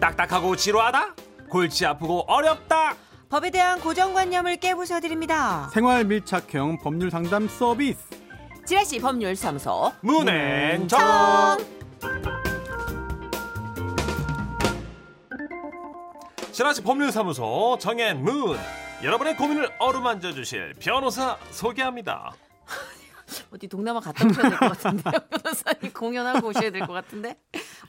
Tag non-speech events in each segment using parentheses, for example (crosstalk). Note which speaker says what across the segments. Speaker 1: 딱딱하고 지루하다? 골치 아프고 어렵다?
Speaker 2: 법에 대한 고정관념을 깨부숴드립니다.
Speaker 3: 생활 밀착형 법률 상담 서비스.
Speaker 2: 지라시 법률사무소
Speaker 1: 문앤정 지라시 법률사무소 정앤문 여러분의 고민을 어루만져 주실 변호사 소개합니다.
Speaker 2: 어디 동남아 갔다 오셔야 될 것 같은데 (laughs) 변호사님 공연하고 오셔야 될 것 같은데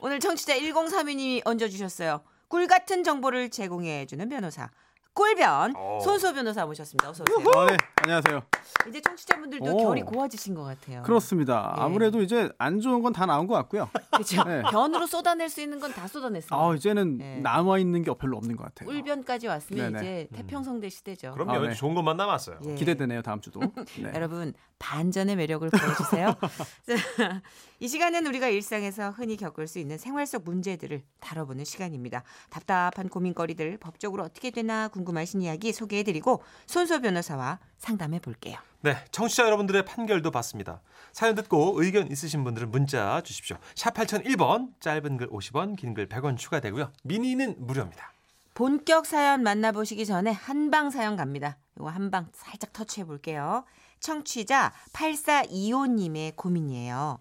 Speaker 2: 오늘 청취자 1032님이 얹어주셨어요. 꿀 같은 정보를 제공해주는 변호사 꿀변
Speaker 3: 어.
Speaker 1: 오.
Speaker 2: 손수호 변호사 모셨습니다. 어서 오세요.
Speaker 3: 아, 네, 안녕하세요.
Speaker 2: 이제 청취자분들도
Speaker 3: 오.
Speaker 2: 결이 고와지신 것 같아요.
Speaker 3: 어. 그렇습니다.
Speaker 2: 예.
Speaker 3: 아무래도 이제 안 좋은 건 다 나온 것
Speaker 2: (laughs)
Speaker 3: 같고요.
Speaker 2: 그렇죠.
Speaker 3: 네.
Speaker 2: 변으로 쏟아낼 수 있는 건 다 쏟아냈어요.
Speaker 3: 아, 이제는
Speaker 2: 예.
Speaker 3: 남아 있는 게 별로 없는 것 같아요.
Speaker 2: 꿀변까지 왔으니
Speaker 3: 네네.
Speaker 2: 이제 태평성대 시대죠.
Speaker 1: 그럼요.
Speaker 3: 아, 네.
Speaker 1: 좋은 것만 남았어요.
Speaker 2: 예.
Speaker 3: 기대되네요 다음
Speaker 2: (laughs)
Speaker 3: 주도. 네.
Speaker 2: 여러분 반전의 매력을 보여주세요. (laughs) 자, 이 시간은 우리가 일상에서 흔히 겪을 수 있는 생활 속 문제들을 다뤄보는 시간입니다. 답답한 고민거리들 법적으로 어떻게 되나 궁금하신 이야기 소개해드리고 손소 변호사와 상담해 볼게요.
Speaker 1: 네, 청취자 여러분들의 판결도 받습니다. 사연 듣고 의견 있으신 분들은 문자 주십시오. 샵 8001번, 짧은 글 50원, 긴 글 100원 추가되고요. 미니는 무료입니다.
Speaker 2: 본격 사연 만나보시기 전에 한방 사연 갑니다. 이거 한방 살짝 터치해 볼게요. 청취자 8425님의 고민이에요.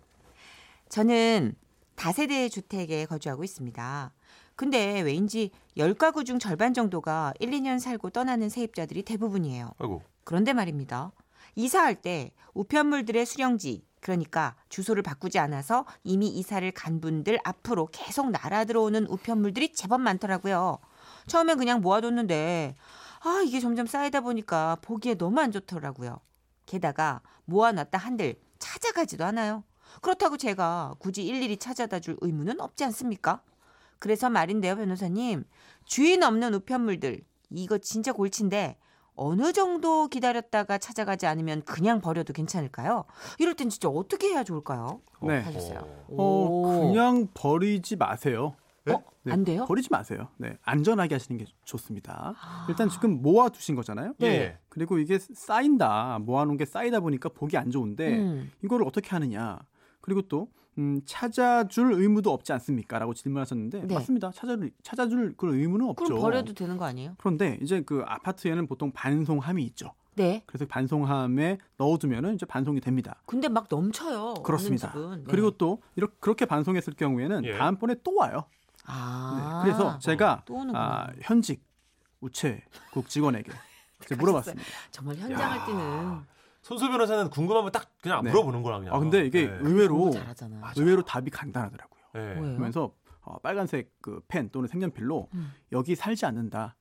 Speaker 2: 저는 다세대 주택에 거주하고 있습니다. 근데 왜인지 10가구 중 절반 정도가 1, 2년 살고 떠나는 세입자들이 대부분이에요.
Speaker 1: 아이고.
Speaker 2: 그런데 말입니다. 이사할 때 우편물들의 수령지, 그러니까 주소를 바꾸지 않아서 이미 이사를 간 분들 앞으로 계속 날아 들어오는 우편물들이 제법 많더라고요. 처음엔 그냥 모아뒀는데, 아, 이게 점점 쌓이다 보니까 보기에 너무 안 좋더라고요. 게다가 모아놨다 한들 찾아가지도 않아요. 그렇다고 제가 굳이 일일이 찾아다 줄 의무는 없지 않습니까? 그래서 말인데요, 변호사님. 주인 없는 우편물들, 이거 진짜 골치인데, 어느 정도 기다렸다가 찾아가지 않으면 그냥 버려도 괜찮을까요? 이럴 땐 진짜 어떻게 해야 좋을까요?
Speaker 3: 네.
Speaker 2: 하셨어요.
Speaker 3: 어,
Speaker 2: 오.
Speaker 3: 그냥 버리지 마세요.
Speaker 2: 어? 안 돼요?
Speaker 3: 버리지 마세요. 네, 안전하게 하시는 게 좋습니다.
Speaker 2: 아.
Speaker 3: 일단 지금 모아두신 거잖아요.
Speaker 2: 네.
Speaker 1: 예.
Speaker 3: 그리고 이게 쌓인다, 모아놓은 게 쌓이다 보니까 보기 안 좋은데
Speaker 2: 음.
Speaker 3: 이거를 어떻게 하느냐. 그리고 또 음, 찾아줄 의무도 없지 않습니까?라고 질문하셨는데
Speaker 2: 네.
Speaker 3: 맞습니다. 찾아줄 찾아줄 그런 의무는 없죠.
Speaker 2: 그럼 버려도 되는 거 아니에요?
Speaker 3: 그런데 이제 그 아파트에는 보통 반송함이 있죠.
Speaker 2: 네.
Speaker 3: 그래서 반송함에 넣어두면은 이제 반송이 됩니다.
Speaker 2: 근데 막 넘쳐요.
Speaker 3: 그렇습니다.
Speaker 2: 없는 집은. 네.
Speaker 3: 그리고 또 이렇게 그렇게 반송했을 경우에는
Speaker 1: 예.
Speaker 3: 다음번에 또 와요. 네,
Speaker 2: 아.
Speaker 3: 그래서 제가
Speaker 2: 또 오는구나.
Speaker 3: 아, 현직 우체국 직원에게
Speaker 2: (laughs)
Speaker 3: 이제 물어봤습니다.
Speaker 2: 정말 현장을 뛰는
Speaker 1: 손수 변호사는 궁금하면 딱 그냥
Speaker 3: 네.
Speaker 1: 물어보는 거라 그냥.
Speaker 3: 아 근데 이게
Speaker 1: 네.
Speaker 3: 의외로
Speaker 2: 너무 잘하잖아.
Speaker 3: 의외로 답이 간단하더라고요.
Speaker 1: 네.
Speaker 2: 뭐예요?
Speaker 3: 그러면서 어, 빨간색 그 펜 또는 색연필로
Speaker 2: 음.
Speaker 3: 여기 살지 않는다.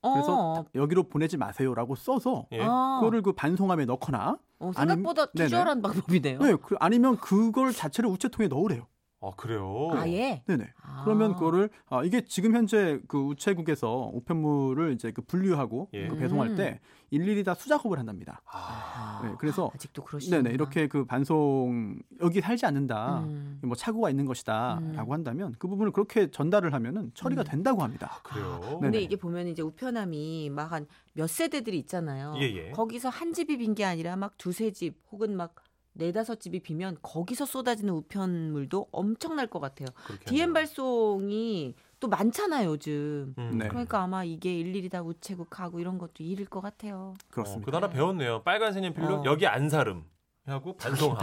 Speaker 2: 어,
Speaker 3: 그래서 딱 여기로 보내지 마세요라고 써서
Speaker 1: 예.
Speaker 2: 아.
Speaker 3: 그거를 그 반송함에 넣거나
Speaker 2: 어, 생각보다
Speaker 3: 아니면- 네네.
Speaker 2: 투절한 방법이네요.
Speaker 3: 네, 그, 아니면 그걸 자체를 우체통에 넣으래요.
Speaker 1: 아 그래요.
Speaker 2: 아예.
Speaker 3: 네네.
Speaker 2: 아.
Speaker 3: 그러면 그거를 아, 이게 지금 현재 그 우체국에서 우편물을 이제 그 분류하고
Speaker 1: 예.
Speaker 3: 그 배송할
Speaker 2: 음.
Speaker 3: 때 일일이 다 수작업을 한답니다.
Speaker 1: 아,
Speaker 2: 아,
Speaker 3: 네, 그래서
Speaker 2: 아직도 그러시네.
Speaker 3: 네네 이렇게 그 반송 여기 살지 않는다.
Speaker 2: 음.
Speaker 3: 뭐 착오가 있는 것이다라고
Speaker 2: 음.
Speaker 3: 한다면 그 부분을 그렇게 전달을 하면은 처리가
Speaker 2: 음.
Speaker 3: 된다고 합니다.
Speaker 1: 그래요.
Speaker 3: 네.
Speaker 2: 아, 근데
Speaker 3: 네네.
Speaker 2: 이게 보면 이제 우편함이 막 한 몇 세대들이 있잖아요.
Speaker 1: 예, 예.
Speaker 2: 거기서 한 집이 빈 게 아니라 막 두세 집 혹은 막 네다섯 집이 비면 거기서 쏟아지는 우편물도 엄청날 것 같아요.
Speaker 1: 그렇게
Speaker 2: DM
Speaker 1: 하네요.
Speaker 2: 발송이 또 많잖아요, 요즘.
Speaker 1: 음.
Speaker 3: 네.
Speaker 2: 그러니까 아마 이게 일일이 다 우체국하고 이런 것도 일일 것 같아요.
Speaker 1: 어,
Speaker 3: 그렇습니다.
Speaker 1: 그거 하나 배웠네요. 빨간 색연필로
Speaker 2: 어. 아,
Speaker 1: 여기 안사름 하고 반송함.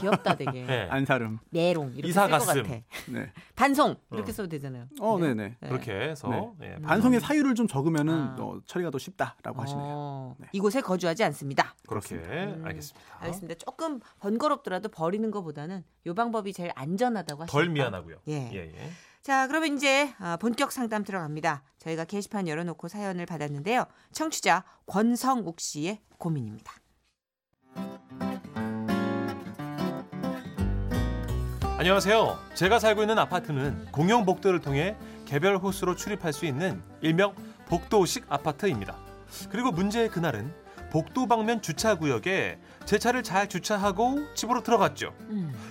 Speaker 2: 귀엽다 되게.
Speaker 1: 네.
Speaker 3: 안사름.
Speaker 2: 메롱 이렇게
Speaker 1: 이사
Speaker 2: 쓸 것
Speaker 1: 갔음.
Speaker 2: 같아.
Speaker 3: 네.
Speaker 2: 반송
Speaker 1: 어.
Speaker 2: 이렇게 써도 되잖아요.
Speaker 3: 어, 네네.
Speaker 2: 네.
Speaker 1: 그렇게 해서
Speaker 3: 네.
Speaker 1: 예,
Speaker 3: 반송의 사유를 좀 적으면은
Speaker 2: 아.
Speaker 3: 어, 처리가 더 쉽다라고 하시네요.
Speaker 2: 어,
Speaker 3: 네.
Speaker 2: 이곳에 거주하지 않습니다.
Speaker 1: 그렇게
Speaker 2: 음.
Speaker 1: 알겠습니다.
Speaker 2: 알겠습니다. 조금 번거롭더라도 버리는 것보다는 요 방법이 제일 안전하다고 하시니까.
Speaker 1: 덜 미안하고요.
Speaker 2: 예.
Speaker 1: 예, 예.
Speaker 2: 자, 그러면 이제 아, 본격 상담 들어갑니다. 저희가 게시판 열어놓고 사연을 받았는데요. 청취자 권성욱 씨의 고민입니다.
Speaker 1: 안녕하세요. 제가 살고 있는 아파트는 공용 복도를 통해 개별 호수로 출입할 수 있는 일명 복도식 아파트입니다. 그리고 문제의 그날은 복도 방면 주차 구역에 제 차를 잘 주차하고 집으로 들어갔죠.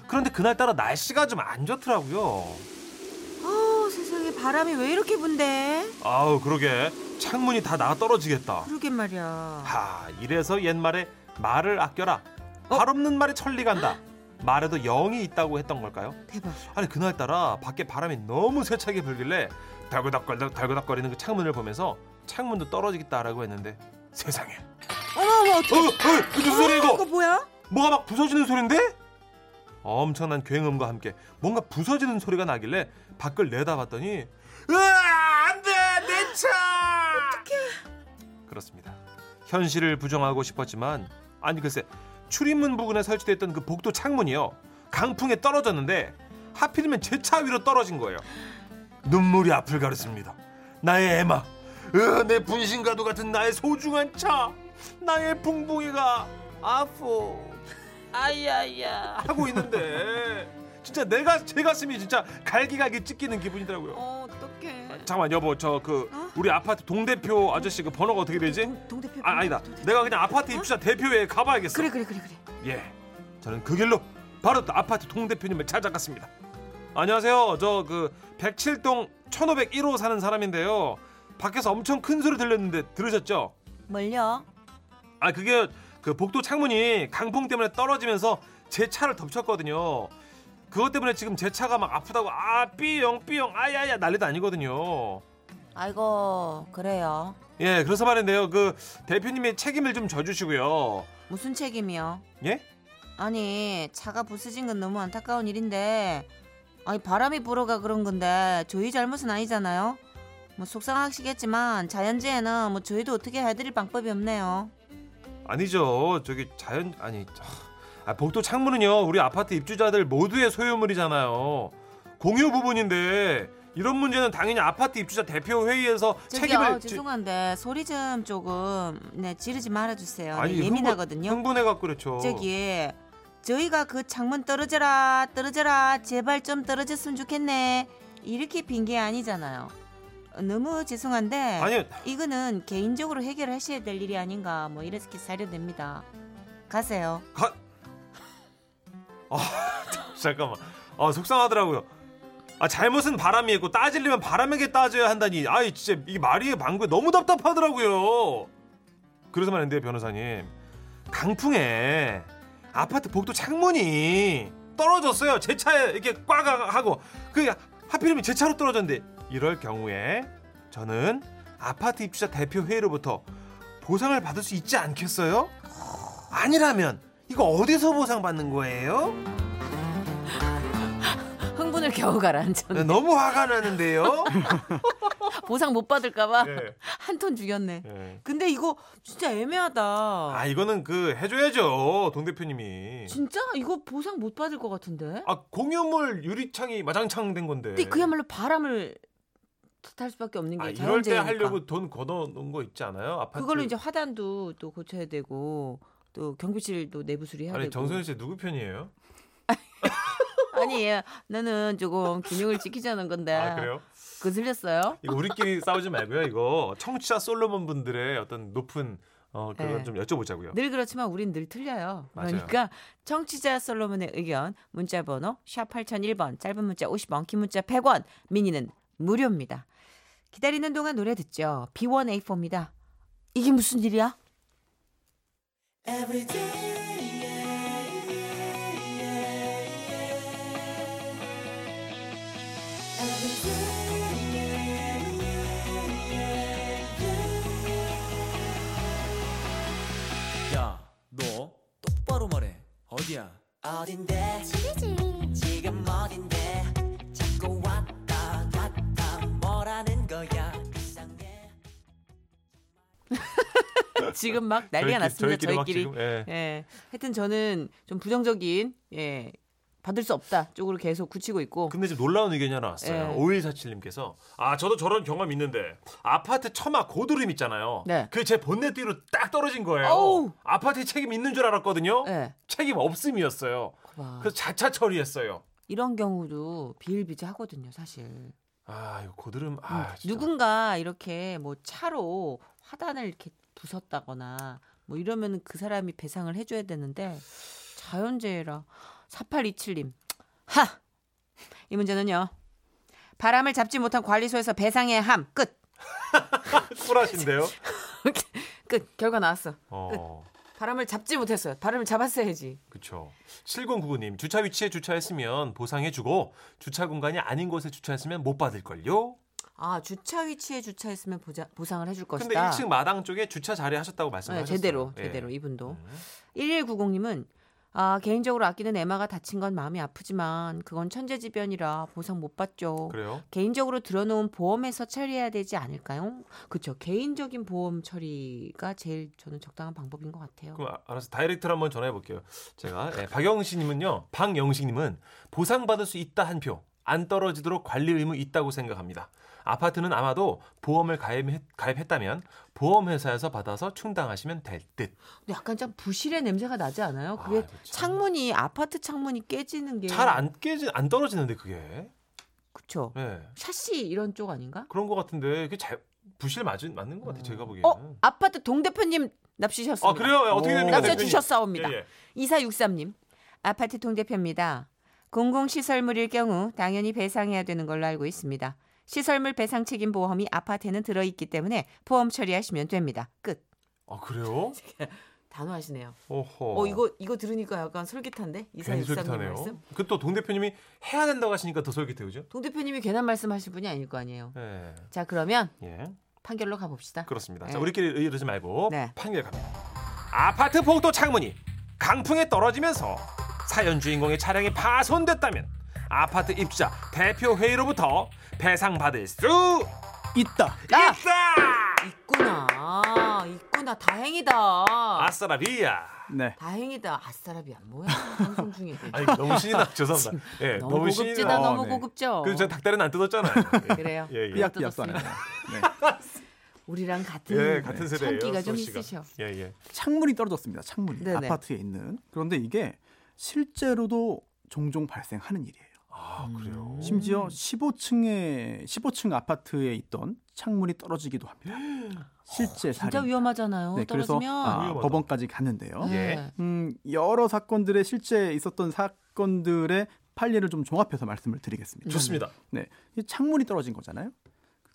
Speaker 1: 그런데 그날따라 날씨가 좀 안 좋더라고요.
Speaker 2: 어, 세상에 바람이 왜 이렇게 분대?
Speaker 1: 아우 그러게 창문이 다 나 떨어지겠다.
Speaker 2: 그러게
Speaker 1: 아.
Speaker 2: 말이야.
Speaker 1: 하 이래서 옛말에 말을 아껴라. 발 없는 말에 천리 간다. 말에도 0이 있다고 했던 걸까요?
Speaker 2: 대박.
Speaker 1: 아니 그날따라 밖에 바람이 너무 세차게 불길래 달그닥달그닥 달그닥거리는 그 창문을 보면서 창문도 떨어지겠다라고 했는데 세상에
Speaker 2: 어머 어머
Speaker 1: 어,
Speaker 2: 어떻게?
Speaker 1: 어, 이거 무슨 소리야
Speaker 2: 그거
Speaker 1: 이거
Speaker 2: 뭐야?
Speaker 1: 뭐가 막 부서지는 소리인데? 엄청난 굉음과 함께 뭔가 부서지는 소리가 나길래 밖을 내다봤더니 으아 안돼 내차 어떡해 그렇습니다 현실을 부정하고 싶었지만 아니 글쎄 출입문 부근에 설치됐던 그 복도 창문이요 강풍에 떨어졌는데 하필이면 제 차 위로 떨어진 거예요 눈물이 앞을 가렸습니다 나의 애마 으, 내 분신과도 같은 나의 소중한 차 나의 붕붕이가 아포
Speaker 2: 아이야야.
Speaker 1: 하고 있는데 진짜 내가 제 가슴이 진짜 갈기갈기 찢기는 기분이더라고요.
Speaker 2: 어, 어떡해.
Speaker 1: 잠깐만 여보 저 그
Speaker 2: 어?
Speaker 1: 우리 아파트 동대표 아저씨 그 번호가 어떻게 되지?
Speaker 2: 동 대표.
Speaker 1: 아 아니다. 내가 그냥 아파트 입주자 대표회에 가봐야겠어.
Speaker 2: 어? 그래 그래 그래 그래.
Speaker 1: 예. 저는 그 길로 바로 또 아파트 동대표님을 찾아갔습니다. 안녕하세요. 저 그 107동 1501호 사는 사람인데요. 밖에서 엄청 큰 소리 들렸는데 들으셨죠?
Speaker 2: 뭘요?
Speaker 1: 아 그게 그 복도 창문이 강풍 때문에 떨어지면서 제 차를 덮쳤거든요. 그것 때문에 지금 제 차가 막 아프다고 아 삐용 삐용 아야야 난리도 아니거든요.
Speaker 2: 아이고 그래요.
Speaker 1: 예, 그래서 말인데요. 그 대표님이 책임을 좀 져주시고요.
Speaker 2: 무슨 책임이요?
Speaker 1: 예?
Speaker 2: 아니 차가 부서진 건 너무 안타까운 일인데 아니 바람이 불어가 그런 건데 저희 잘못은 아니잖아요. 뭐 속상하시겠지만 자연재해는 뭐 저희도 어떻게 해드릴 방법이 없네요.
Speaker 1: 아니죠. 저기 자연 아니 아, 복도 창문은요. 우리 아파트 입주자들 모두의 소유물이잖아요. 공유 부분인데 이런 문제는 당연히 아파트 입주자 대표 회의에서
Speaker 2: 저기요 어,
Speaker 1: 책임을 지-
Speaker 2: 죄송한데 소리 좀 조금 네 지르지 말아주세요. 네,
Speaker 1: 흥분-
Speaker 2: 예민하거든요.
Speaker 1: 흥분해갖고 그렇죠.
Speaker 2: 저기 저희가 그 창문 떨어져라 떨어져라 제발 좀 떨어졌으면 좋겠네 이렇게 빈 게 아니잖아요. 어, 너무 죄송한데
Speaker 1: 아니요.
Speaker 2: 이거는 개인적으로 해결하셔야 될 일이 아닌가 뭐 이렇게 사려됩니다. 가세요.
Speaker 1: 가. 아 (laughs) 잠깐만. 아 속상하더라고요. 아 잘못은 바람이 있고 따지려면 바람에게 따져야 한다니. 아이 진짜 이게 말이 방구에 너무 답답하더라고요. 그래서 말인데 변호사님 강풍에 아파트 복도 창문이 떨어졌어요. 제 차에 이렇게 꽉 하고 그 하필이면 제 차로 떨어졌는데 이럴 경우에 저는 아파트 입주자 대표 회의로부터 보상을 받을 수 있지 않겠어요? 아니라면 이거 어디서 보상받는 거예요?
Speaker 2: 흥분을 겨우 가라앉혔네.
Speaker 1: 너무 화가 나는데요.
Speaker 2: (laughs) 보상 못 받을까봐
Speaker 1: 예,
Speaker 2: 한 톤 죽였네.
Speaker 1: 예.
Speaker 2: 근데 이거 진짜 애매하다.
Speaker 1: 아 이거는 그 해줘야죠 동 대표님이.
Speaker 2: 진짜 이거 보상 못 받을 것 같은데.
Speaker 1: 아 공유물 유리창이 마장창 된 건데.
Speaker 2: 근데 그야말로 바람을 탈 수밖에 없는
Speaker 1: 네. 아,
Speaker 2: 게
Speaker 1: 이럴 때
Speaker 2: 자연재해니까.
Speaker 1: 하려고 돈 걷어 놓은 거 있지 않아요? 아파트.
Speaker 2: 그걸로 이제 화단도 또 고쳐야 되고 또 경비실도 내부 수리해야
Speaker 1: 아니
Speaker 2: 되고.
Speaker 1: 정선희 씨 누구 편이에요?
Speaker 2: 아니 예. 나는 조금 균형을 지키자는 건데.
Speaker 1: 아 그래요?
Speaker 2: 거슬렸어요?
Speaker 1: 이거 우리끼리 (laughs) 싸우지 말고요. 이거 청취자 솔로몬 분들의 어떤 높은 어 그건
Speaker 2: 네.
Speaker 1: 좀 여쭤보자고요.
Speaker 2: 늘 그렇지만 우린 늘 틀려요.
Speaker 1: 맞아요.
Speaker 2: 그러니까 청취자 솔로몬의 의견 문자 번호 샵 8001번 짧은 문자 50원 긴 문자 100원 미니는 무료입니다. 기다리는 동안 노래 듣죠. B1A4입니다. 이게 무슨 일이야?
Speaker 4: 야, 너 똑바로 말해. 어디야?
Speaker 5: 어딘데 지금 어딘데 자꾸 왔다 갔다 뭐라는 거야 그 이상해
Speaker 2: 지금 막 네, 난리가 났습니다.
Speaker 1: 저희끼리,
Speaker 2: 저희끼리.
Speaker 1: 막 지금, 예.
Speaker 2: 예. 하여튼 저는 좀 부정적인 예. 받을 수 없다 쪽으로 계속 굳히고 있고
Speaker 1: 근데 지금 놀라운 의견이 하나 왔어요.
Speaker 2: 예.
Speaker 1: 5147님께서 아 저도 저런 경험 있는데 아파트 처마 고드름 있잖아요.
Speaker 2: 네.
Speaker 1: 그게 제 본네 뒤로 딱 떨어진 거예요.
Speaker 2: 어우.
Speaker 1: 아파트에 책임 있는 줄 알았거든요.
Speaker 2: 예.
Speaker 1: 책임 없음이었어요.
Speaker 2: 와,
Speaker 1: 그래서 자차 처리했어요.
Speaker 2: 이런 경우도 비일비재하거든요, 사실.
Speaker 1: 아 이거 고드름 아 진짜.
Speaker 2: 음, 누군가 이렇게 뭐 차로 화단을 이렇게 부쉈다거나 뭐 이러면 그 사람이 배상을 해줘야 되는데 자연재해라. 4827님. 하! 이 문제는요. 바람을 잡지 못한 관리소에서 배상해야 함. 끝. (laughs)
Speaker 1: 쿨하신데요.
Speaker 2: 끝. 결과 나왔어.
Speaker 1: 어.
Speaker 2: 바람을 잡지 못했어요. 바람을 잡았어야지.
Speaker 1: 그렇죠. 7099님 주차 위치에 주차했으면 보상해주고 주차 공간이 아닌 곳에 주차했으면 못 받을걸요.
Speaker 2: 아 주차 위치에 주차했으면 보자, 보상을 해줄
Speaker 1: 근데
Speaker 2: 것이다.
Speaker 1: 1층 마당 쪽에 주차 자리 하셨다고
Speaker 2: 네,
Speaker 1: 말씀하셨어요.
Speaker 2: 제대로
Speaker 1: 예.
Speaker 2: 제대로 이분도
Speaker 1: 음.
Speaker 2: 1190님은 아 개인적으로 아끼는 에마가 다친 건 마음이 아프지만 그건 천재지변이라 보상 못 받죠.
Speaker 1: 그래요.
Speaker 2: 개인적으로 들어놓은 보험에서 처리해야 되지 않을까요? 그렇죠. 개인적인 보험 처리가 제일 저는 적당한 방법인 것 같아요.
Speaker 1: 그럼 아- 알아서 다이렉트로 한번 전화해 볼게요. 제가 예, 박영식님은요. 박영식님은 보상받을 수 있다 한 표. 안 떨어지도록 관리 의무 있다고 생각합니다. 아파트는 아마도 보험을 가입했, 가입했다면 보험회사에서 받아서 충당하시면 될 듯.
Speaker 2: 근데 약간 좀 부실의 냄새가 나지 않아요? 그게
Speaker 1: 아이고, 참.
Speaker 2: 창문이 아파트 창문이 깨지는 게
Speaker 1: 잘 안 깨지 안 떨어지는데 그게.
Speaker 2: 그렇죠.
Speaker 1: 예.
Speaker 2: 샤시 이런 쪽 아닌가?
Speaker 1: 그런 것 같은데 그게 잘 부실 맞은 맞는 것 같아 요 제가 보기에는.
Speaker 2: 어 아파트 동 대표님 납치셨습니다.
Speaker 1: 예. 아 그래요? 어떻게 됩니까?
Speaker 2: 납치
Speaker 1: 대표님?
Speaker 2: 주셨사옵니다.
Speaker 1: 예, 예.
Speaker 2: 2463님. 아파트 통대표입니다. 공공시설물일 경우 당연히 배상해야 되는 걸로 알고 있습니다. 시설물 배상 책임 보험이 아파트에는 들어있기 때문에 보험 처리하시면 됩니다. 끝.
Speaker 1: 아
Speaker 2: (laughs)
Speaker 1: 그래요?
Speaker 2: 단호하시네요.
Speaker 1: 어허.
Speaker 2: 어, 이거 이거 들으니까 약간 솔깃한데
Speaker 1: 괜히
Speaker 2: 이사육사님 말씀.
Speaker 1: 솔깃하네요. 그 또 동 대표님이 해야 된다고 하시니까 더 솔깃해요,
Speaker 2: 동 대표님이 괜한 말씀하실 분이 아닐 거 아니에요.
Speaker 1: 그 예.
Speaker 2: 자 그러면
Speaker 1: 예.
Speaker 2: 판결로 가봅시다.
Speaker 1: 그렇습니다. 자,
Speaker 2: 네.
Speaker 1: 우리끼리 이러지 말고
Speaker 2: 네.
Speaker 1: 판결 갑니다. 아파트 복도 창문이 강풍에 떨어지면서 사연 주인공의 차량이 파손됐다면 아파트 입주자 대표 회의로부터 배상받을 수
Speaker 3: 있다.
Speaker 2: 아!
Speaker 1: 있다.
Speaker 2: 있구나, 있구나. 다행이다.
Speaker 1: 아싸라비야.
Speaker 3: 네.
Speaker 2: 다행이다. 아싸라비야 뭐야 방송 중에.
Speaker 1: (laughs) 아니 너무 신이 나 죄송합니다.
Speaker 2: (laughs)
Speaker 1: 예,
Speaker 2: 너무, 고급지다.
Speaker 3: 어,
Speaker 2: 너무
Speaker 3: 네.
Speaker 2: 고급져.
Speaker 1: 그래서 제가 닭다리는 안 뜯었잖아요. 예.
Speaker 2: 그래요.
Speaker 1: 예, 예.
Speaker 3: 그 약도 약도 안 해요. 네.
Speaker 2: 우리랑 같은,
Speaker 1: 예, 같은 세대예요.
Speaker 2: 천기가 음, 좀
Speaker 1: 서울 씨가.
Speaker 2: 있으셔.
Speaker 1: 예, 예.
Speaker 3: 창문이 떨어졌습니다. 창문이
Speaker 2: 네네.
Speaker 3: 아파트에 있는. 그런데 이게 실제로도 종종 발생하는 일이에요. 음.
Speaker 1: 아, 그래요.
Speaker 3: 심지어 15층에 15층 아파트에 있던 창문이 떨어지기도 합니다.
Speaker 2: (gasps)
Speaker 3: 실제
Speaker 2: 진짜
Speaker 3: 사례.
Speaker 2: 위험하잖아요.
Speaker 3: 네, 그래서
Speaker 2: 떨어지면.
Speaker 3: 아,
Speaker 1: 위험하다.
Speaker 3: 법원까지 갔는데요.
Speaker 1: 예.
Speaker 3: 음, 여러 사건들의 실제 있었던 사건들의 판례를 좀 종합해서 말씀을 드리겠습니다.
Speaker 1: 좋습니다.
Speaker 3: 네, 이 창문이 떨어진 거잖아요.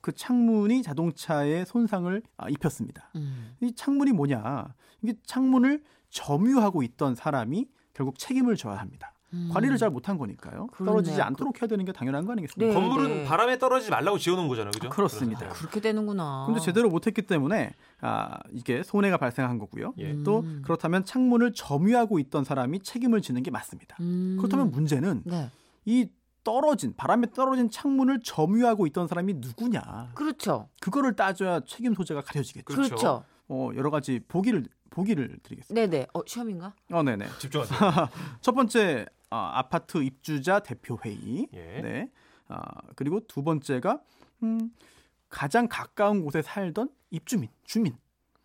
Speaker 3: 그 창문이 자동차에 손상을 아, 입혔습니다.
Speaker 2: 음.
Speaker 3: 이 창문이 뭐냐? 이게 창문을 점유하고 있던 사람이 결국 책임을 져야 합니다.
Speaker 2: 음.
Speaker 3: 관리를 잘 못한 거니까요.
Speaker 2: 그러네요.
Speaker 3: 떨어지지 않도록 해야 되는 게 당연한 거
Speaker 2: 네.
Speaker 3: 아니겠습니까?
Speaker 1: 음. 건물은 바람에 떨어지지 말라고 지어 놓은 거잖아요. 그죠?
Speaker 3: 그렇습니다.
Speaker 2: 그렇게 되는구나.
Speaker 3: 근데 제대로 못했기 때문에 아, 이게 손해가 발생한 거고요.
Speaker 1: 예.
Speaker 3: 또
Speaker 2: 음.
Speaker 3: 그렇다면 창문을 점유하고 있던 사람이 책임을 지는 게 맞습니다.
Speaker 2: 음.
Speaker 3: 그렇다면 문제는
Speaker 2: 네.
Speaker 3: 이 떨어진 바람에 떨어진 창문을 점유하고 있던 사람이 누구냐?
Speaker 2: 그렇죠.
Speaker 3: 그거를 따져야 책임 소재가 가려지겠죠.
Speaker 1: 그렇죠.
Speaker 2: 그렇죠.
Speaker 3: 어, 여러 가지 보기를 보기를 드리겠습니다.
Speaker 2: 네네. 어 시험인가?
Speaker 3: 어, 네네.
Speaker 1: 아, 집중하세요.
Speaker 2: (laughs)
Speaker 3: 첫 번째 아, 아파트 입주자 대표 회의.
Speaker 1: 예.
Speaker 3: 네. 아, 그리고 두 번째가 음, 가장 가까운 곳에 살던 입주민, 주민.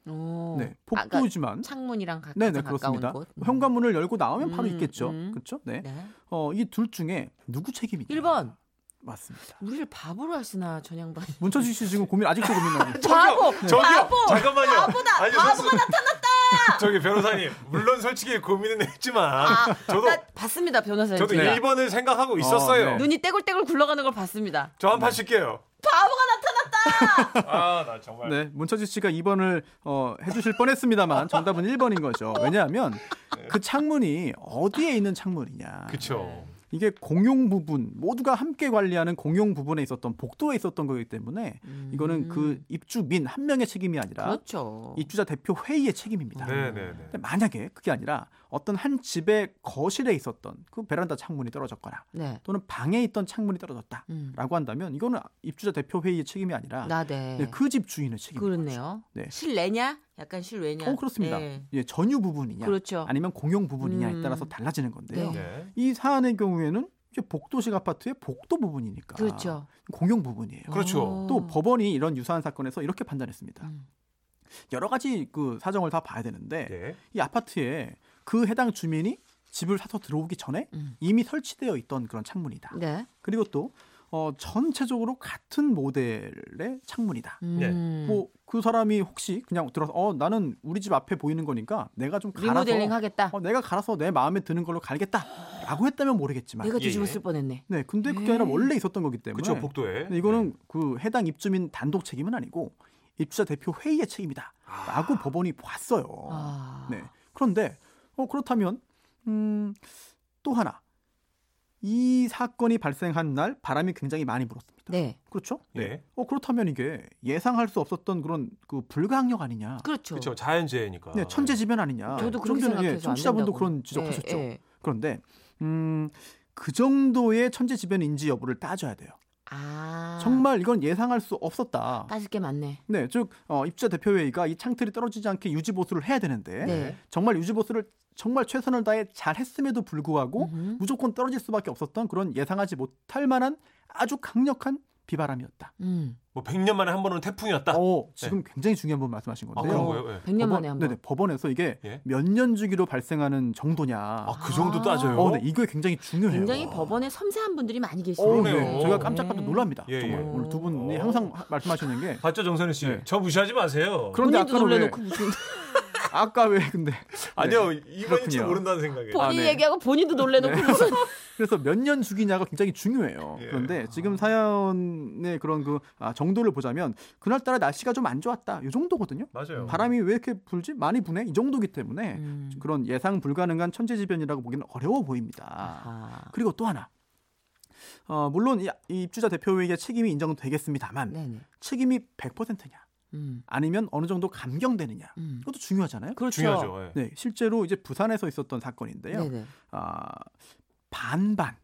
Speaker 2: 오.
Speaker 3: 네.
Speaker 2: 아, 그러니까
Speaker 3: 복도지만
Speaker 2: 창문이랑 가,
Speaker 3: 네네
Speaker 2: 가장 가까운
Speaker 3: 그렇습니다.
Speaker 2: 곳.
Speaker 3: 현관문을 열고 나오면 바로
Speaker 2: 음,
Speaker 3: 있겠죠.
Speaker 2: 음.
Speaker 3: 그렇죠? 네.
Speaker 2: 네.
Speaker 3: 어, 이 둘 중에 누구 책임이냐?
Speaker 2: 1번.
Speaker 3: 맞습니다.
Speaker 2: 우리를 바보로 하시나 전양반.
Speaker 3: 문천식 씨 지금 고민 아직도 고민나고
Speaker 2: (laughs) 바보.
Speaker 1: 저기요.
Speaker 2: 바보.
Speaker 1: 잠깐만요.
Speaker 2: 바보다.
Speaker 1: 아니,
Speaker 2: 바보가
Speaker 1: 선수- 저기 변호사님, 물론 솔직히 고민은 했지만
Speaker 3: 아,
Speaker 1: 저도
Speaker 2: 아, 나 봤습니다 변호사님.
Speaker 1: 저도
Speaker 2: 제가.
Speaker 1: 1번을 생각하고 있었어요.
Speaker 3: 네.
Speaker 2: 눈이 떼굴떼굴 굴러가는 걸 봤습니다.
Speaker 1: 저 한 판 쉴게요. 바보가 나타났다. 아, 나 정말.
Speaker 3: 네, 문천식 씨가 2번을 어, 해주실 뻔했습니다만 정답은 1번인 거죠. 왜냐하면 그 창문이 어디에 있는 창문이냐.
Speaker 1: 네. 그쵸.
Speaker 3: 이게 공용 부분 모두가 함께 관리하는 공용 부분에 있었던 복도에 있었던 거기 때문에 이거는 그 입주민 한 명의 책임이 아니라
Speaker 2: 음, 그렇죠.
Speaker 3: 입주자 대표 회의의 책임입니다.
Speaker 1: 네, 네, 네.
Speaker 3: 근데 만약에 그게 아니라 어떤 한 집의 거실에 있었던 그 베란다 창문이 떨어졌거나
Speaker 2: 네.
Speaker 3: 또는 방에 있던 창문이 떨어졌다라고
Speaker 2: 음.
Speaker 3: 한다면 이거는 입주자 대표 회의의 책임이 아니라
Speaker 2: 나대.
Speaker 3: 네, 그 집 주인의 책임.
Speaker 2: 그렇네요.
Speaker 3: 네.
Speaker 2: 실내냐? 약간 실외냐?
Speaker 3: 어 그렇습니다.
Speaker 2: 네.
Speaker 3: 예, 전유 부분이냐,
Speaker 2: 그렇죠.
Speaker 3: 아니면 공용 부분이냐에
Speaker 2: 음.
Speaker 3: 따라서 달라지는 건데요.
Speaker 2: 네.
Speaker 1: 네.
Speaker 3: 이 사안의 경우에는 이제 복도식 아파트의 복도 부분이니까
Speaker 2: 그렇죠.
Speaker 3: 공용 부분이에요.
Speaker 1: 그렇죠.
Speaker 2: 어.
Speaker 3: 또 법원이 이런 유사한 사건에서 이렇게 판단했습니다.
Speaker 2: 음.
Speaker 3: 여러 가지 그 사정을 다 봐야 되는데
Speaker 1: 예.
Speaker 3: 이 아파트에 그 해당 주민이 집을 사서 들어오기 전에
Speaker 2: 음.
Speaker 3: 이미 설치되어 있던 그런 창문이다.
Speaker 2: 네.
Speaker 3: 그리고 또 어, 전체적으로 같은 모델의 창문이다.
Speaker 1: 네.
Speaker 2: 음.
Speaker 3: 뭐 그 사람이 혹시 그냥 들어서 어 나는 우리 집 앞에 보이는 거니까 내가 좀 갈아서
Speaker 2: 리모델링 하겠다.
Speaker 3: 어, 내가 갈아서 내 마음에 드는 걸로 갈겠다라고 했다면 모르겠지만
Speaker 2: 내가
Speaker 1: 예,
Speaker 2: 뒤집어
Speaker 1: 예.
Speaker 2: 쓸 뻔했네.
Speaker 3: 네 근데 그게 아니라 원래 있었던 거기 때문에
Speaker 1: 그쵸, 복도에.
Speaker 3: 네.
Speaker 1: 네.
Speaker 3: 근데 이거는 그 해당 입주민
Speaker 1: 아.
Speaker 3: 단독 책임은 아니고 입주자 대표 회의의 책임이다라고 법원이 봤어요.
Speaker 2: 아.
Speaker 3: 네. 그런데 어, 그렇다면 음, 또 하나 이 사건이 발생한 날 바람이 굉장히 많이 불었습니다.
Speaker 2: 네.
Speaker 3: 그렇죠?
Speaker 1: 네.
Speaker 3: 어 그렇다면 이게 예상할 수 없었던 그런 그 불가항력 아니냐?
Speaker 2: 그렇죠.
Speaker 1: 그렇죠. 자연재해니까.
Speaker 3: 네, 천재지변 아니냐?
Speaker 2: 저도
Speaker 3: 좀
Speaker 2: 그렇게
Speaker 3: 전에,
Speaker 2: 생각해서
Speaker 3: 예, 청취자분도
Speaker 2: 안 된다고.
Speaker 3: 그런 지적하셨죠.
Speaker 2: 예, 예.
Speaker 3: 그런데 음, 그 정도의 천재지변인지 여부를 따져야 돼요.
Speaker 2: 아.
Speaker 3: 정말 이건 예상할 수 없었다.
Speaker 2: 따질 게 많네.
Speaker 3: 네, 즉 어, 입주자 대표회의가 이 창틀이 떨어지지 않게 유지 보수를 해야 되는데
Speaker 2: 네.
Speaker 3: 정말 유지 보수를 정말 최선을 다해 잘했음에도 불구하고
Speaker 2: 음.
Speaker 3: 무조건 떨어질 수밖에 없었던 그런 예상하지 못할 만한 아주 강력한 비바람이었다.
Speaker 2: 음.
Speaker 1: 뭐 100년 만에 한 번은 태풍이었다. (laughs)
Speaker 3: 어, 네. 지금 굉장히 중요한 부분 말씀하신
Speaker 1: 네. 아,
Speaker 3: 건데요.
Speaker 1: 그런 거예요. 예.
Speaker 2: 100년 만에 한 번.
Speaker 3: 네네, 법원에서 이게
Speaker 1: 예.
Speaker 3: 몇 년 주기로 발생하는 정도냐.
Speaker 1: 아, 그 정도
Speaker 2: 아.
Speaker 1: 따져요.
Speaker 3: 어, 네, 이게 굉장히 중요해요.
Speaker 2: 굉장히 법원에 섬세한 분들이 많이 계시네요.
Speaker 3: 어,
Speaker 1: 그러네요.
Speaker 3: 네. 제가 깜짝깜짝 놀랍니다.
Speaker 1: 예,
Speaker 3: 정말
Speaker 1: 예.
Speaker 3: 오늘 두 분이
Speaker 1: 어.
Speaker 3: 항상 하- 말씀하시는 게
Speaker 1: 봤죠, 정선희 씨.
Speaker 3: 네.
Speaker 1: 저 무시하지 마세요.
Speaker 3: 그런데
Speaker 2: 본인도
Speaker 3: 아까 왜
Speaker 2: 놀래놓고 무슨
Speaker 3: 아까 왜 근데
Speaker 1: (laughs) 아니요,
Speaker 3: 네.
Speaker 1: 이번인지
Speaker 3: 그렇군요.
Speaker 1: 모른다는 생각에.
Speaker 3: 아,
Speaker 2: 본인
Speaker 3: 네.
Speaker 2: 얘기하고 본인도 놀래놓고
Speaker 3: 네. (laughs)
Speaker 2: 무슨
Speaker 3: 그래서 몇 년 주기냐가 굉장히 중요해요.
Speaker 1: 예.
Speaker 3: 그런데 지금 사연의 그런 그 아, 정도를 보자면 그날따라 날씨가 좀 안 좋았다. 이 정도거든요.
Speaker 1: 맞아요.
Speaker 3: 바람이 왜 이렇게 불지? 많이 부네. 이 정도기 때문에
Speaker 2: 음.
Speaker 3: 그런 예상 불가능한 천재지변이라고 보기는 어려워 보입니다.
Speaker 2: 아,
Speaker 3: 그리고 또 하나. 어, 물론 이, 이 입주자 대표회의의 책임이 인정되겠습니다만
Speaker 2: 네네.
Speaker 3: 책임이 100%냐
Speaker 2: 음.
Speaker 3: 아니면 어느 정도 감경되느냐
Speaker 2: 음.
Speaker 3: 그것도 중요하잖아요.
Speaker 2: 그렇죠.
Speaker 1: 중요하죠. 예.
Speaker 3: 네, 실제로 이제 부산에서 있었던 사건인데요.
Speaker 2: 네네.
Speaker 3: 아, 반반.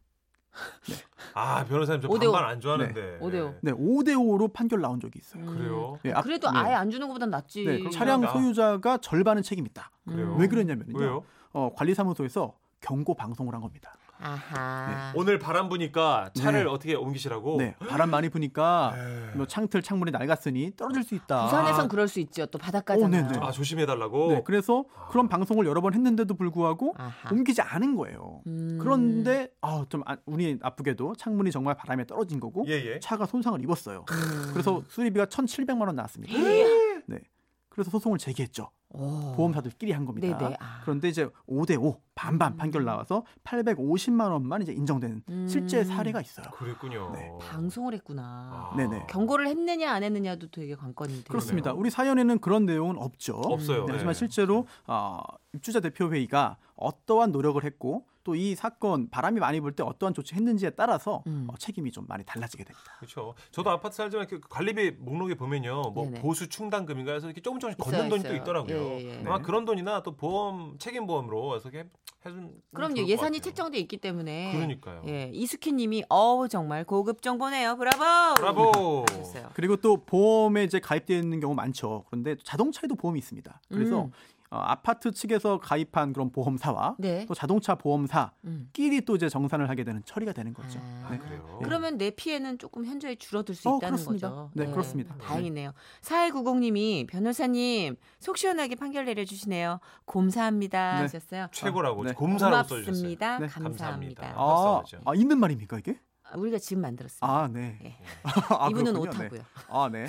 Speaker 1: 아, 변호사님 저
Speaker 2: 오 대 오.
Speaker 1: 반반 안 좋아하는데.
Speaker 2: 오 대 오.
Speaker 1: 네.
Speaker 3: 네, 5대 5로 판결 나온 적이 있어요.
Speaker 1: 그래요.
Speaker 3: 네, 앞-
Speaker 2: 음. 그래도
Speaker 3: 네.
Speaker 2: 아예 안 주는 것보단 낫지. 음.
Speaker 3: 네,
Speaker 1: 그럼
Speaker 3: 차량
Speaker 1: 그러니까.
Speaker 3: 소유자가 절반은 책임 있다.
Speaker 1: 그래요.
Speaker 3: 왜 그랬냐면요.
Speaker 1: 음. 왜요?
Speaker 3: 어, 관리사무소에서 경고 방송을 한 겁니다.
Speaker 2: 아하.
Speaker 1: 오늘 바람 부니까 차를
Speaker 3: 네.
Speaker 1: 어떻게 네. 옮기시라고. 아.
Speaker 3: 네, 바람 많이 부니까
Speaker 1: 에이.
Speaker 3: 뭐 창틀 창문이 낡았으니 떨어질 수 있다.
Speaker 2: 아. 부산에선 그럴 수 있죠. 또
Speaker 3: 어,
Speaker 2: 바닷가잖아요.
Speaker 3: 네네.
Speaker 1: 아, 조심해 달라고.
Speaker 3: 네, 그래서 그런 방송을 여러 번 했는데도 불구하고
Speaker 2: 아하.
Speaker 3: 옮기지 않은 거예요.
Speaker 2: 음.
Speaker 3: 그런데 아, 좀 아, 운이 나쁘게도 창문이 정말 바람에 떨어진 거고
Speaker 1: 예, 예.
Speaker 3: 차가 손상을 입었어요.
Speaker 2: 음. 아.
Speaker 3: 그래서 수리비가 1,700만 원 나왔습니다. 네. 그래서 소송을 제기했죠.
Speaker 2: 오.
Speaker 3: 보험사들끼리 한 겁니다.
Speaker 2: 어. 네네. 아.
Speaker 3: 그런데 이제 5대 5 반반
Speaker 2: 음.
Speaker 3: 판결 나와서 850만 원만 이제 인정되는
Speaker 2: 음.
Speaker 3: 실제 사례가 있어요.
Speaker 1: 그랬군요.
Speaker 3: 네.
Speaker 2: 방송을 했구나.
Speaker 1: 아.
Speaker 3: 네네.
Speaker 2: 경고를 했느냐 안 했느냐도 되게 관건인데.
Speaker 3: 그렇습니다. 우리 사연에는 그런 내용은 없죠.
Speaker 1: 없어요.
Speaker 3: 네,
Speaker 1: 네.
Speaker 3: 하지만 실제로 어, 입주자 대표 회의가 어떠한 노력을 했고 또 이 사건 바람이 많이 불 때 어떠한 조치했는지에 따라서
Speaker 2: 음.
Speaker 3: 어, 책임이 좀 많이 달라지게 됩니다.
Speaker 1: 그렇죠. 저도
Speaker 3: 네.
Speaker 1: 아파트 살지만 이렇게 관리비 목록에 보면요, 뭐
Speaker 2: 네네.
Speaker 1: 보수 충당금인가 해서 이렇게 조금 조금씩
Speaker 2: 있어요,
Speaker 1: 걷는 돈이
Speaker 2: 있어요.
Speaker 1: 또 있더라고요.
Speaker 2: 예, 예, 예.
Speaker 1: 아마
Speaker 3: 네.
Speaker 1: 그런 돈이나 또 보험 책임 보험으로 해서 이렇게 해준.
Speaker 2: 그럼요. 예산이 책정돼 있기 때문에.
Speaker 1: 그러니까요.
Speaker 2: 예, 이수키님이 어우 정말 고급 정보네요. 브라보.
Speaker 1: 브라보.
Speaker 2: 하셨어요.
Speaker 3: 그리고 또 보험에 이제 가입되어 있는 경우 많죠. 그런데 자동차에도 보험이 있습니다. 그래서
Speaker 2: 음.
Speaker 3: 어, 아파트 측에서 가입한 그런 보험사와
Speaker 2: 네.
Speaker 3: 또 자동차 보험사끼리
Speaker 2: 음.
Speaker 3: 또 이제 정산을 하게 되는 처리가 되는 거죠.
Speaker 2: 아,
Speaker 1: 아, 그래요.
Speaker 2: 그러면 내 피해는 조금 현저히 줄어들 수
Speaker 3: 어,
Speaker 2: 있다는
Speaker 3: 그렇습니다.
Speaker 2: 거죠. 아,
Speaker 3: 네, 그렇습니다.
Speaker 2: 다행이네요. 4190님이 변호사님 속 시원하게 판결 내려주시네요. 곰사합니다
Speaker 3: 네.
Speaker 2: 하셨어요.
Speaker 1: 최고라고
Speaker 3: 아, 네.
Speaker 1: 곰사라고 써주셨어요.
Speaker 2: 고맙습니다.
Speaker 3: 네,
Speaker 2: 감사합니다.
Speaker 1: 감사합니다.
Speaker 3: 아,
Speaker 1: 낯설죠.
Speaker 3: 아, 있는 말입니까 이게?
Speaker 2: 아, 우리가 지금 만들었습니다.
Speaker 3: 아, 네.
Speaker 2: 예.
Speaker 3: (laughs) 아,
Speaker 2: 이분은
Speaker 3: 그렇군요.
Speaker 2: 오타고요.
Speaker 3: 네. 아, 네.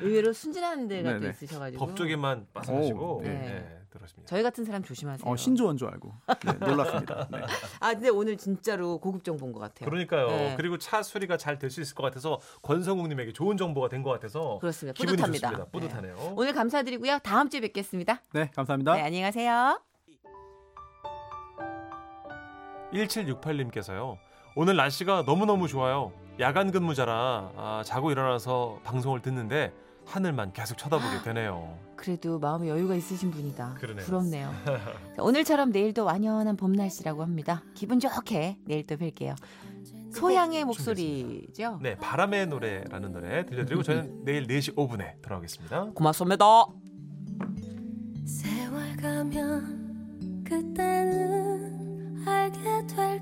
Speaker 2: 의외로 순진한 데가 또
Speaker 3: 네네.
Speaker 2: 있으셔가지고
Speaker 1: 법 쪽에만 빠삭하시고
Speaker 3: 오,
Speaker 1: 네.
Speaker 2: 네.
Speaker 1: 그렇습니다.
Speaker 2: 저희 같은 사람 조심하세요.
Speaker 3: 어, 신조어인 줄 알고 네, 놀랐습니다. 네.
Speaker 2: 아 근데 오늘 진짜로 고급 정보인 것 같아요.
Speaker 1: 그러니까요.
Speaker 2: 네.
Speaker 1: 그리고 차 수리가 잘 될 수 있을 것 같아서 권성욱님에게 좋은 정보가 된 것 같아서
Speaker 2: 그렇습니다.
Speaker 1: 기분이
Speaker 2: 뿌듯합니다.
Speaker 1: 좋습니다. 뿌듯하네요.
Speaker 2: 네. 오늘 감사드리고요. 다음 주에 뵙겠습니다.
Speaker 3: 네, 감사합니다.
Speaker 2: 네, 안녕히 가세요.
Speaker 1: 1768님께서요. 오늘 날씨가 너무너무 좋아요. 야간 근무자라 아, 자고 일어나서 방송을 듣는데 하늘만 계속
Speaker 2: 아.
Speaker 1: 쳐다보게 되네요.
Speaker 2: 그래도 마음에 여유가 있으신 분이다.
Speaker 1: 그러네요. (laughs)
Speaker 2: 부럽네요. 자, 오늘처럼 내일도 완연한 봄 날씨라고 합니다. 기분 좋게 내일 또 뵐게요. 소양의 목소리죠.
Speaker 1: 네, 바람의 노래라는 노래 들려드리고 저는 내일 4시 5분에 돌아오겠습니다.
Speaker 2: 고맙습니다.
Speaker 6: 세월 가면 그때는 알게 될